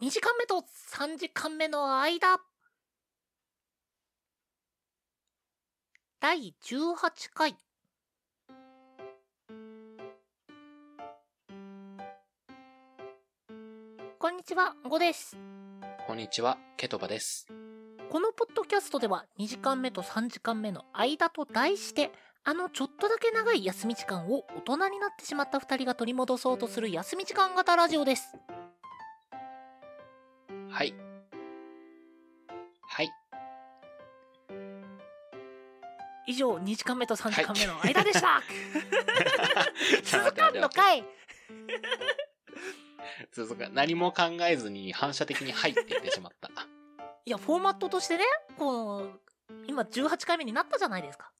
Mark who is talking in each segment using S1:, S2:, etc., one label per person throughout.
S1: 2時間目と3時間目の間第18回こんにちは、ゴです。
S2: こんにちは、ケトバです。
S1: このポッドキャストでは2時間目と3時間目の間と題してあのちょっとだけ長い休み時間を大人になってしまった2人が取り戻そうとする休み時間型ラジオです
S2: はい。はい。
S1: 以上2時間目と3時間目の間でした、 続かんの
S2: い
S1: かい
S2: 続かん何も考えずに反射的にはいって言ってしまった。
S1: いやフォーマットとしてねこの今18回目になったじゃないですか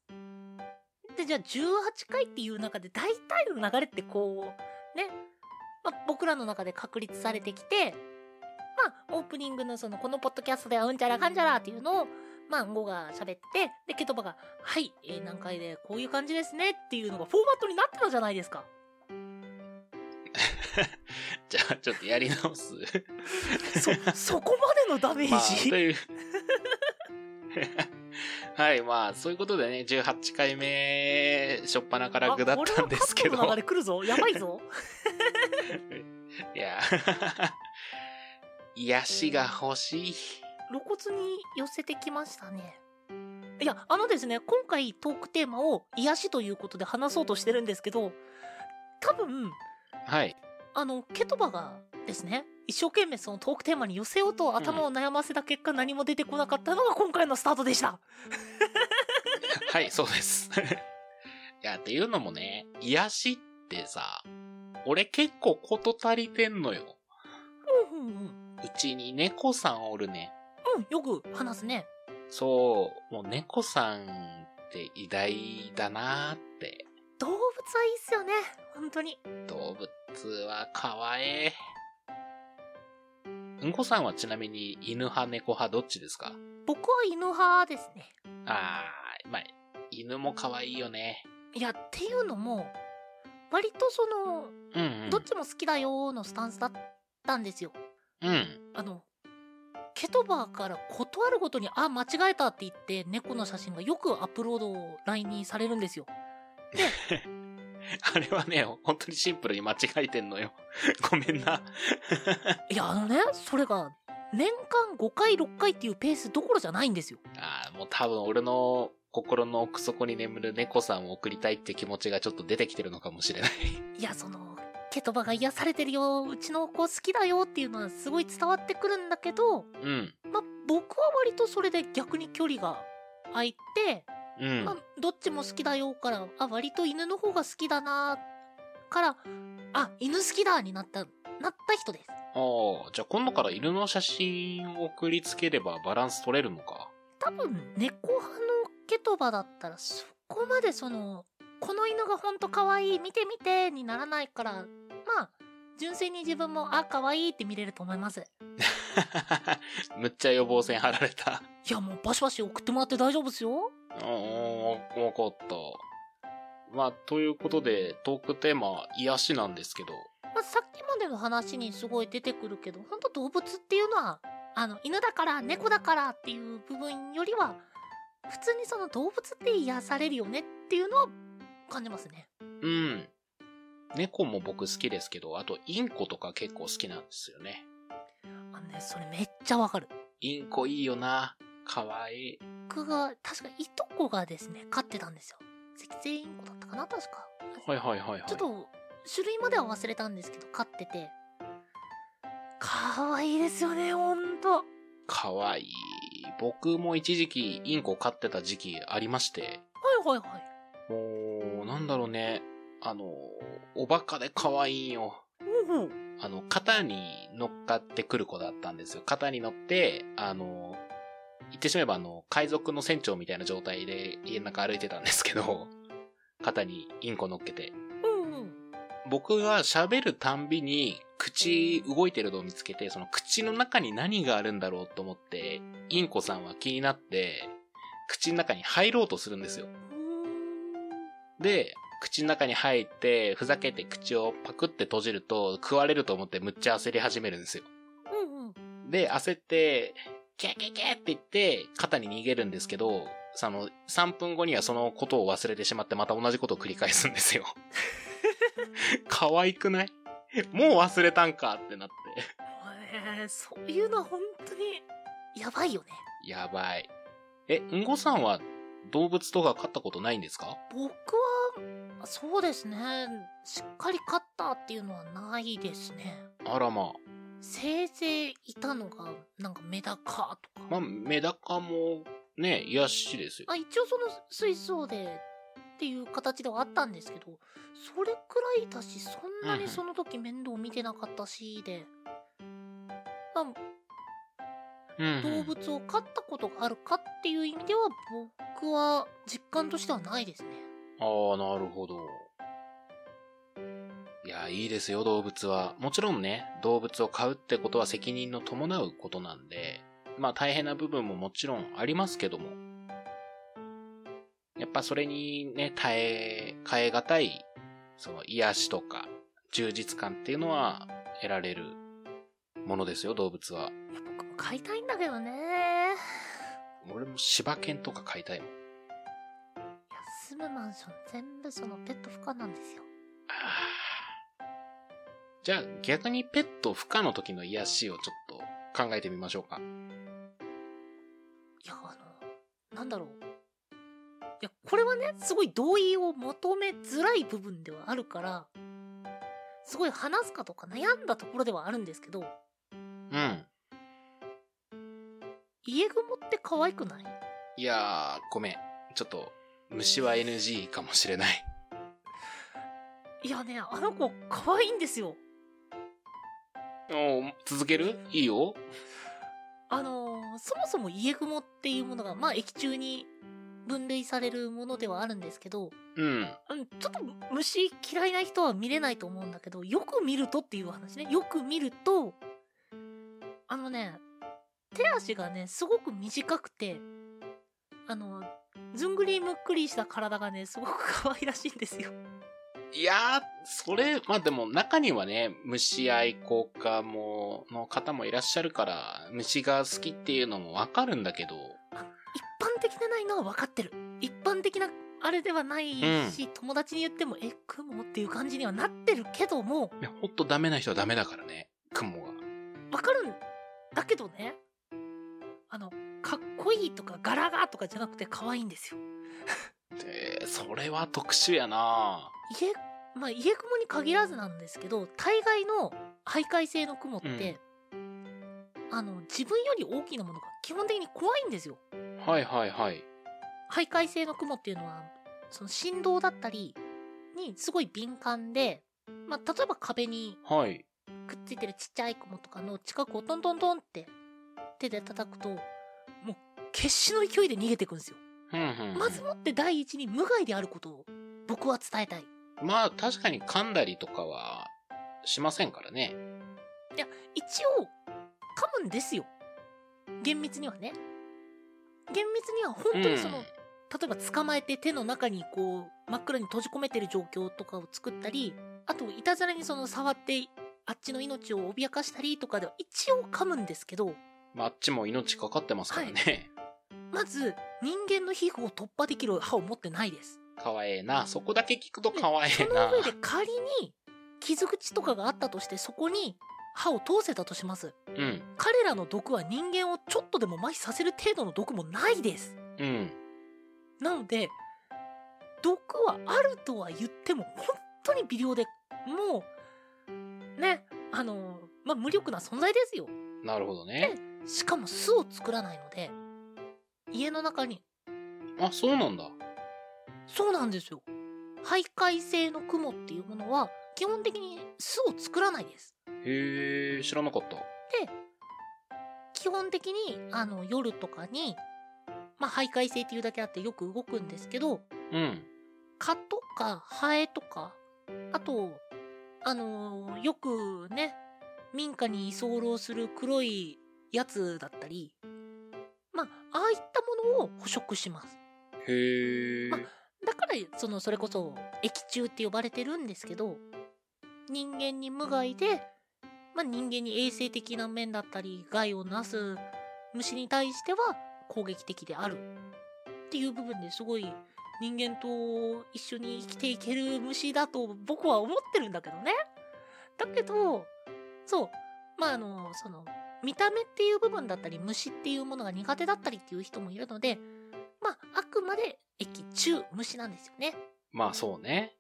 S1: でじゃあ18回っていう中で大体の流れってこうね、まあ、僕らの中で確立されてきてまあオープニングのそのこのポッドキャストではうんちゃらかんちゃらっていうのをまあ語が喋ってでケトバが「はい、えー、何回でこういう感じですね」っていうのがフォーマットになってたじゃないです か
S2: じゃあ、ちょっとやり直す。
S1: そそこまでのダメージ、
S2: まあ、という。 はい、まあ、そういうことでね、18回目、初っ端から具だったんですけど。
S1: あこれはカットの流れ来るぞやばいぞ
S2: いや、 癒しが欲しい。
S1: 露骨に寄せてきましたねいやあのですね今回トークテーマを癒しということで話そうとしてるんですけど多分
S2: はい。
S1: あのケトバがですね一生懸命そのトークテーマに寄せようと頭を悩ませた結果、何も出てこなかったのが今回のスタートでした
S2: はい、そうです。いや、っていうのもね、癒しってさ、俺結構こと足りてんのよ。
S1: うんうんうん
S2: うちに猫さんおるね。
S1: うんよく話すね
S2: そう、もう猫さんって偉大だなーって。
S1: 動物はいいっすよね本当に
S2: 動物は可愛い。うんこさんはちなみに犬派猫派どっちですか
S1: 僕は犬派ですね
S2: あー、まあ、犬も可愛いよね。
S1: いやっていうのも割とその
S2: うん、うん。
S1: どっちも好きだよーのスタンスだったんですよ。
S2: うん。
S1: あのケトバーから断るごとに「あ間違えた」って言って猫の写真がよくアップロードを LINE にされるんですよ。
S2: あれはね、本当にシンプルに間違えてんのよ。ごめんな。
S1: いやあのねそれが年間5回6回っていうペースどころじゃないんですよ。
S2: ああ、もう多分俺の心の奥底に眠る猫さんを送りたいって気持ちがちょっと出てきてるのかもしれない。
S1: いやそのケトバが癒されてるようちの子好きだよっていうのはすごい伝わってくるんだけど、
S2: うん。
S1: まあ、僕は割とそれで逆に距離が空いて。
S2: うん
S1: まあ。、どっちも好きだよからあ割と犬の方が好きだなからあ犬好きだになったなった人です
S2: ああ、じゃあ今度から犬の写真を送りつければバランス取れるの か。
S1: 多分猫派のケトバだったらそこまでそのこの犬がほんと可愛い見て見てにならないからまあ純粋に自分もあ可愛いって見れると思います
S2: むっちゃ予防線張られた。
S1: いやもうバシバシ送ってもらって大丈夫ですよ
S2: おー、わかった。まあ、ということで、トークテーマ、癒しなんですけど。
S1: まあ、さっきまでの話にすごい出てくるけど本当動物っていうのはあの犬だから猫だからっていう部分よりは普通にその動物って癒されるよねっていうのは感じますね。
S2: うん。猫も僕好きですけど、あとインコとか結構好きなんですよね。
S1: あのねそれめっちゃわかる。
S2: インコいいよな。かわいい。
S1: 僕が確かいとこがですね飼ってたんですよ。赤星インコだったかな確か。
S2: はいはいはいはい。
S1: ちょっと種類までは忘れたんですけど飼ってて可愛いですよねほんと。
S2: かわいい。僕も一時期インコ飼ってた時期ありまして。
S1: はいはいはい。
S2: もう、なんだろうね。あの、おバカで可愛いんよ。
S1: うんうん
S2: あの、肩に乗っかってくる子だったんですよ。肩に乗って、あの、言ってしまえばあの、海賊の船長みたいな状態で家の中歩いてたんですけど、肩にインコ乗っけて。
S1: うんうん。
S2: 僕が喋るたんびに、口動いてるのを見つけて、その口の中に何があるんだろうと思って、インコさんは気になって、口の中に入ろうとするんですよ。で、口の中に入って、ふざけて口をパクって閉じると、食われると思ってむっちゃ焦り始めるんですよ。
S1: うんうん。
S2: で、焦って、キャーキャーキャーって言って、肩に逃げるんですけど、その、3分後にはそのことを忘れてしまって、また同じことを繰り返すん ですよ。可愛くないもう忘れたんかってなって。
S1: えーそういうのは本当に、やばいよね。
S2: やばい。え、んごさんは動物とか飼ったことないんですか
S1: 僕は、そうですね。しっかり勝ったっていうのはないですね。
S2: あらま
S1: せいぜいいたのが、なんかメダカとか。
S2: あ。まあ、メダカもね、癒やしですよ。
S1: あ一応その水槽でっていう形ではあったんですけどそれくらいだしそんな
S2: うんう
S1: に
S2: ん
S1: その時面倒見てなかったしで、ま
S2: うんう
S1: あ、
S2: ん
S1: 動物を飼ったことがあるかっていう意味では僕は実感としてはないですね
S2: ああ、なるほど。いや、いいですよ、動物は。もちろんね、動物を飼うってことは責任の伴うことなんで、まあ大変な部分ももちろんありますけども、やっぱそれにね、耐え、変えがたい、その癒しとか、充実感っていうのは得られるものですよ、動物は。
S1: いや僕も飼いたいんだけどねいや
S2: 俺も柴犬とか飼いたいもん。
S1: 住むマンション全部そのペット不可なんですよ
S2: じゃあ逆にペット不可の時の癒しをちょっと考えてみましょうか。
S1: いやあのなんだろういやこれはねすごい同意を求めづらい部分ではあるからすごい話すかとか悩んだところではあるんですけど
S2: うん。
S1: 家雲って可愛くない
S2: いやー、ごめん。ちょっと虫は NG かもしれない。
S1: いやねあの子可愛いんですよ
S2: おー続けるいいよ。
S1: あのーそもそも家雲っていうものがまあ液中に分類されるものではあるんですけど、
S2: うん。
S1: うん、ちょっと虫嫌いな人は見れないと思うんだけどよく見るとっていう話ねよく見るとあのね手足がねすごく短くてあのずんぐりむっくりした体がねすごく可愛らしいんですよ
S2: いやー、それ、まあでも中にはね、虫愛好家も、の方もいらっしゃるから、虫が好きっていうのもわかるんだけど、
S1: 一般的でないのは分かってる一般的なあれではないし、友達に言ってもえクモっていう感じにはなってるけども
S2: ねほんとダメな人はダメだからね、雲が。
S1: わかるんだけどねあのかっこいいとか柄がとかじゃなくて可愛いんですよ
S2: えー、それは特殊やな
S1: 家まあ家雲に限らずなんですけど大概の徘徊性の雲って、あの自分より大きなものが基本的に怖いんですよ
S2: はいはいはい。
S1: 徘徊性の雲っていうのはその振動だったりにすごい敏感で、まあ、例えば壁に
S2: はい。
S1: くっついてるちっちゃい雲とかの近くをトントントンって手で叩くともう決死の勢いで逃げていくんですよ
S2: うんうんうん
S1: まずもって第一に無害であることを僕は伝えたい
S2: まあ確かに噛んだりとかはしませんからね。
S1: 一応噛むんですよ厳密にはね厳密には本当にその、
S2: うん
S1: 例えば捕まえて手の中にこう真っ暗に閉じ込めてる状況とかを作ったりあといたずらにその触ってあっちの命を脅かしたりとかでは一応噛むんですけど
S2: まああっちも命かかってますからね。
S1: まず人間の皮膚を突破できる歯を持ってないです
S2: かわええな。そこだけ聞くとかわえ
S1: そ
S2: えな
S1: の。上で仮に傷口とかがあったとしてそこに歯を通せたとします
S2: うん。
S1: 彼らの毒は人間をちょっとでも麻痺させる程度の毒もないです
S2: うん。
S1: なので毒はあるとは言っても本当に微量でもうねあのまあ無力な存在ですよ
S2: なるほどね。
S1: しかも巣を作らないので家の中に
S2: あ、そうなんだ。
S1: そうなんですよ徘徊性の雲っていうものは基本的に巣を作らないです
S2: へえ、知らなかった。
S1: 基本的にあの夜とかにまあ徘徊性っていうだけあってよく動くんですけど
S2: うん。
S1: 蚊とかハエとかあとあのーよくね民家に居候する黒いやつだったりまあああいったものを捕食します
S2: へえ。
S1: あだからそのそれこそ液中って呼ばれてるんですけど人間に無害でまあ、人間に衛生的な面だったり害をなす虫に対しては攻撃的であるっていう部分ですごい人間と一緒に生きていける虫だと僕は思ってるんだけどね。だけどそうまああのその見た目っていう部分だったり虫っていうものが苦手だったりっていう人もいるのでまああくまで液中虫なんですよね。
S2: まあそうね。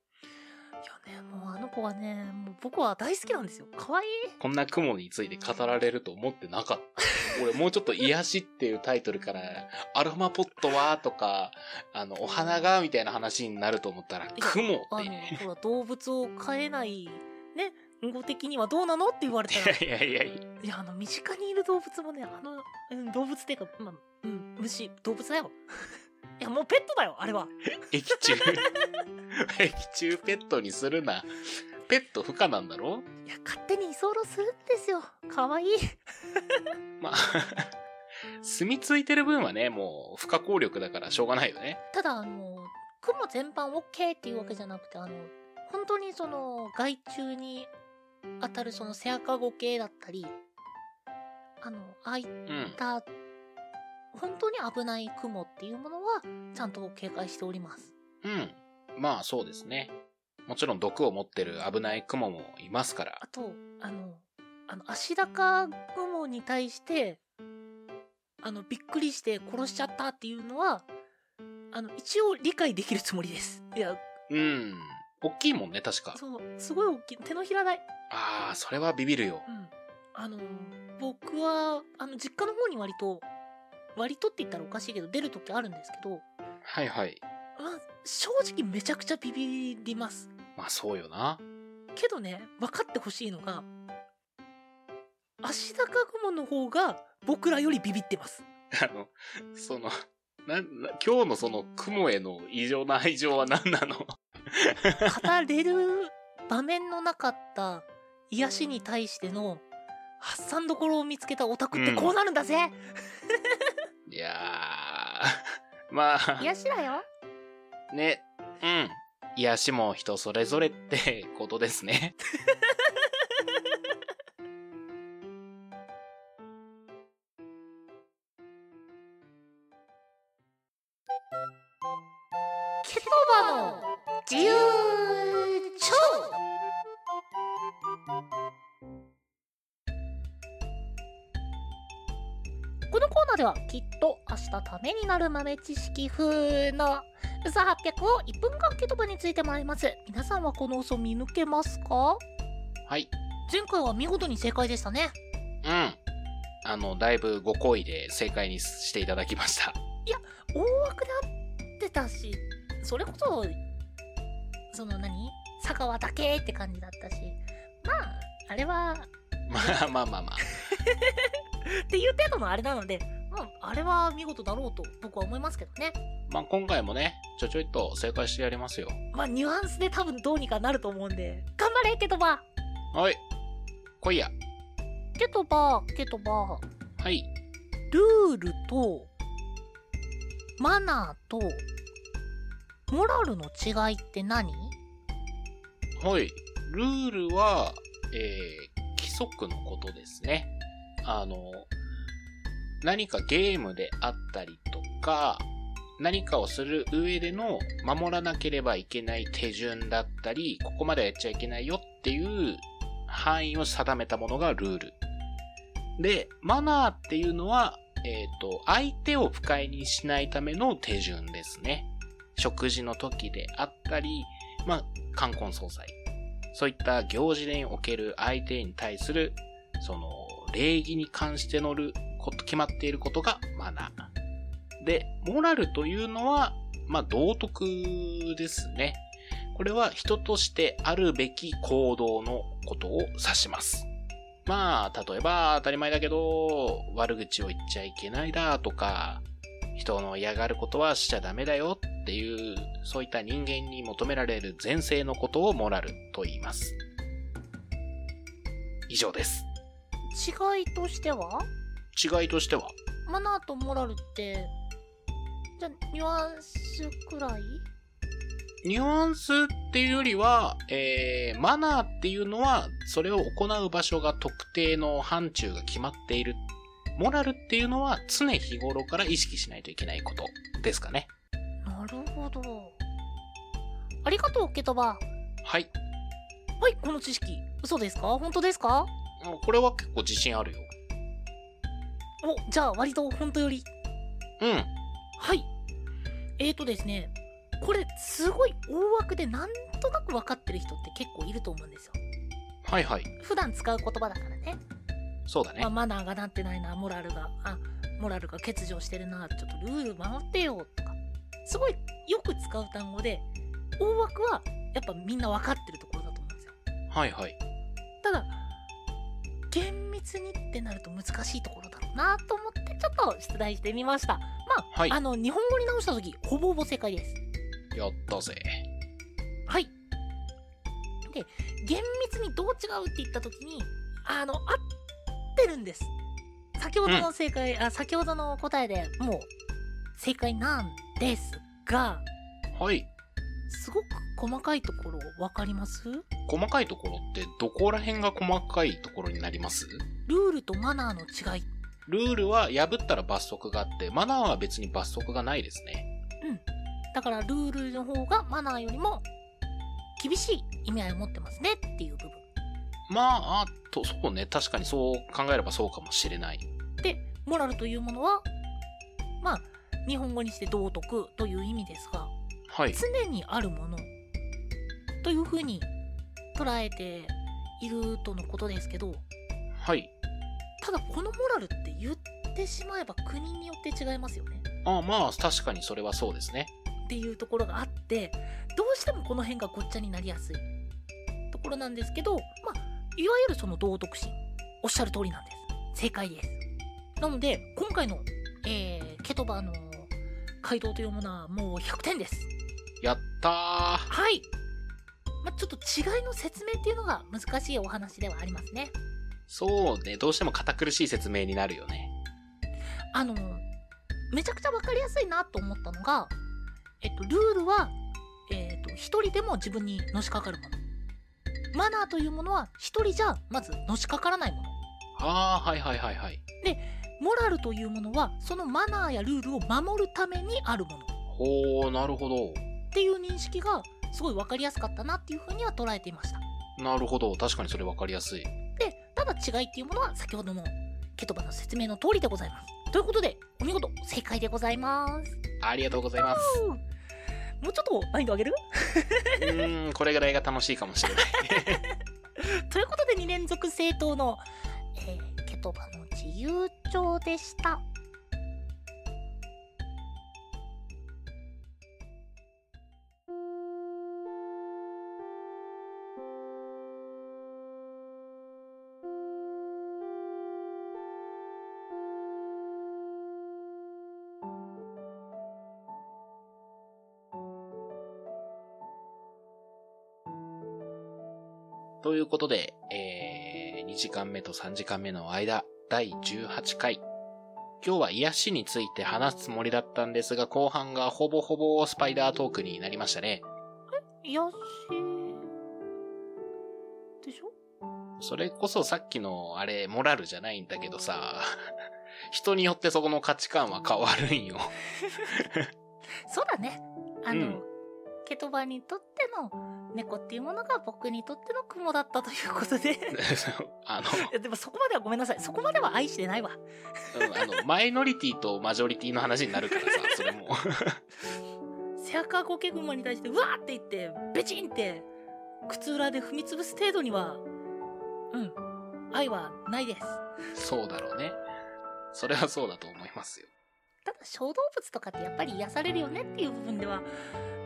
S1: いやねもうあの子はねもう僕は大好きなんですよ。可愛い
S2: こんな雲について語られると思ってなかった。俺もうちょっと癒しっていうタイトルから、アロマポットはとか、あの、お花がみたいな話になると思ったら、雲っ
S1: あ
S2: て。
S1: の、ほら、動物を飼えない、ね、語的にはどうなのって言われた ら、い
S2: いやいやいや、
S1: や、あの、身近にいる動物もね、あの、うん動物っていうか、まあ、うん、虫、動物だよ。 いや、もうペットだよ、あれは。
S2: 液中。 液中ペットにするな。ペット不可なんだろ
S1: いや、勝手に居候するんですよ。かわいい。
S2: まあ、 住み着いてる分はね、もう不可抗力だからしょうがないよね。
S1: ただ、あの、雲全般 OK っていうわけじゃなくて、あの、本当にその、害虫に当たるその、セアカゴ系だったり、あの、ああい
S2: うん。
S1: た本当に危ない雲っていうものはちゃんと警戒しております。
S2: うん。まあそうですね。もちろん毒を持ってる危ない雲もいますから
S1: あ。とあのあの足高雲に対してあのびっくりして殺しちゃったっていうのはあの一応理解できるつもりです。いや
S2: うん。大きいもんね、確か。
S1: そうすごい大きい手のひらない。
S2: ああ、それはビビるよ
S1: う。ん、あの僕はあの実家の方に割と割とって言ったらおかしいけど出る時あるんですけど、
S2: はいはい。
S1: まあ、正直めちゃくちゃビビります。
S2: まあそうよな。
S1: けどね分かってほしいのが足高雲の方が僕らよりビビってます
S2: あの、その、な、な今日のその雲への異常な愛情は何なの
S1: 語れる場面のなかった癒しに対しての発散どころを見つけたオタクってこうなるんだぜ、
S2: いやー、まあ、
S1: 癒しだよ
S2: ね、うん。癒しも人それぞれってことですね。
S1: ケトバの自由帳このコーナーではきっと明日ためになる豆知識風の嘘800を1分間ケトバについてもらいます皆さんはこの嘘見抜けますか
S2: はい。
S1: 前回は見事に正解でしたね
S2: うん。あの、だいぶご好意で正解にしていただきました。
S1: 大枠で合ってたしそれこそその何佐川だけって感じだったしまああれは
S2: まあまあまあまあ。
S1: っていう程度のあれなので、まあ、あれは見事だろうと僕は思いますけどね。
S2: まあ今回もね、ちょちょいと正解してやりますよ。
S1: まあ、ニュアンスで多分どうにかなると思うんで、頑張れ、ケトバ
S2: はい。来いや。
S1: ケトバケトバ
S2: はい。
S1: ルールと、マナーと、モラルの違いって何
S2: はい。ルールは、えー、規則のことですね。あの、何かゲームであったりとか、何かをする上での守らなければいけない手順だったり、ここまではやっちゃいけないよっていう範囲を定めたものがルール。で、マナーっていうのは、えっ、と、相手を不快にしないための手順ですね。食事の時であったり、まあ、冠婚葬祭。そういった行事における相手に対する、その、礼儀に関してのること、決まっていることがマナー。で、モラルというのは、まあ、道徳ですね。これは人としてあるべき行動のことを指します。まあ、例えば当たり前だけど、悪口を言っちゃいけないだとか、人の嫌がることはしちゃダメだよっていう、そういった人間に求められる前世のことをモラルと言います。以上です。
S1: 違いとしては
S2: 違いとしては、
S1: マナーとモラルって、じゃあ、ニュアンスくらい
S2: ニュアンスっていうよりは、えー、マナーっていうのは、それを行う場所が特定の範疇が決まっている。モラルっていうのは常日頃から意識しないといけないことですかね。
S1: なるほど。ありがとう、ケトバ。
S2: はい。
S1: はい、この知識。嘘ですか本当ですか
S2: もうこれは結構自信あるよ。
S1: お、じゃあ割と本当より。
S2: うん。
S1: はい。えーとですね、これすごい大枠でなんとなく分かってる人って結構いると思うんですよ。
S2: はいはい。
S1: 普段使う言葉だからね。
S2: そうだね
S1: まあ、。マナーがなってないな、モラルが、あ、モラルが欠如してるな、ちょっとルール守ってよ、とか。すごいよく使う単語で、大枠はやっぱみんな分かってるところだと思うんですよ。
S2: はいはい。
S1: ただ、厳密にってなると難しいところだろうなと思って、ちょっと出題してみました。まあ、
S2: はい
S1: あの、日本語に直した時ほぼほぼ正解です。
S2: やったぜ。
S1: はい。で、厳密にどう違うって言ったときに、あの、合ってるんです。先ほどの正解、あ、先ほどの答えでもう、正解なんですが、
S2: はい。
S1: すごく細かいところわかりますル
S2: 細かいところってどこら辺が細かいところになります
S1: ールとマナーの違い。
S2: ルールは破ったら罰則があって、マナーは別に罰則がないですね。
S1: だからルールの方がマナーよりも厳しい意味合いを持ってますねっていう部分。
S2: まあ、あと、そうね。確かにそう考えればそうかもしれない。
S1: モラルというものは、まあ、日本語にして道徳という意味ですが、
S2: はい。
S1: 常にあるものというふうに捉えているとのことですけど
S2: はい。
S1: ただこのモラルって言ってしまえば国によって違いますよね
S2: あまあ、確かにそれはそうですね。
S1: っていうところがあってどうしてもこの辺がごっちゃになりやすいところなんですけど、まあ、いわゆるその道徳心おっしゃる通りなんです正解ですなので今回の、えーケトバの回答というものはもう100点です
S2: やったー。
S1: はい、まあ、ちょっと違いの説明っていうのが難しいお話ではありますね
S2: そうね。どうしても堅苦しい説明になるよね。
S1: あのめちゃくちゃ分かりやすいなと思ったのが、えっと、ルールは、えっと一人でも自分にのしかかるものマナーというものは一人じゃまずのしかからないもの
S2: ああ、はいはいはいはい。
S1: モラルというものはそのマナーやルールを守るためにあるものっ
S2: ほー、なるほど。
S1: ていう認識がすごい分かりやすかったなっていうふうには捉えていました
S2: なるほど。確かにそれわかりやすい。
S1: でただ違いっていうものは先ほどのケトバの説明の通りでございますということでお見事正解でございます
S2: ありがとうございます。
S1: もうちょっと難易度上げる
S2: うーん、これぐらいが楽しいかもしれない。
S1: ということで2連続正答の、えーケトバの自由帳でした
S2: ということで、えー、2時間目と3時間目の間、第18回。今日は癒しについて話すつもりだったんですが、後半がほぼほぼスパイダートークになりましたね。
S1: よしでしょ
S2: それこそさっきの、あれ、モラルじゃないんだけどさ、 人によってそこの価値観は変わるんよ。
S1: そうだねあの、
S2: うん
S1: ケトバにとっての猫っていうものが僕にとっての雲だったということ でい
S2: あ
S1: やでもそこまではごめんなさいそこまでは愛してないわ
S2: の、うん、あの、マイノリティとマジョリティの話になるからさ、それも。
S1: セアカゴケグマに対してうわーって言ってベチンって靴裏で踏み潰す程度にはうん愛はないです
S2: そうだろうね。それはそうだと思いますよ。
S1: ただ小動物とかってやっぱり癒されるよねっていう部分では、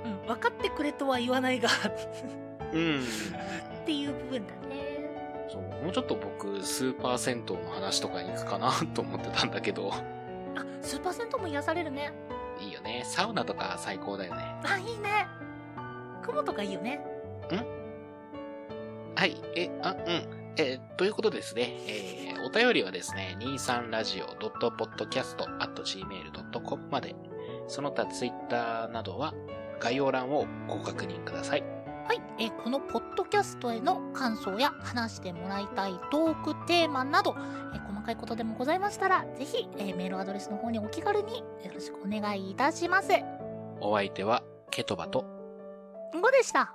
S1: うん、分かってくれとは言わないが っ
S2: うん。
S1: ていう部分だね
S2: そう、もうちょっと僕、スーパー銭湯の話とかに行くかなと思ってたんだけど、
S1: あスーパー銭湯も癒されるね
S2: いいよね。サウナとか最高だよね。
S1: あいいね雲とかいいよね
S2: はい、え、あ、うん。えーということですね、えーお便りはですね、23radio.podcast.gmail.com まで、その他ツイッターなどは、概要欄をご確認ください。
S1: はい、えーこのポッドキャストへの感想や話してもらいたいトークテーマなど、えー細かいことでもございましたら、ぜひ、えーメールアドレスの方にお気軽によろしくお願いいたします。
S2: お相手はケトバと
S1: んごでした。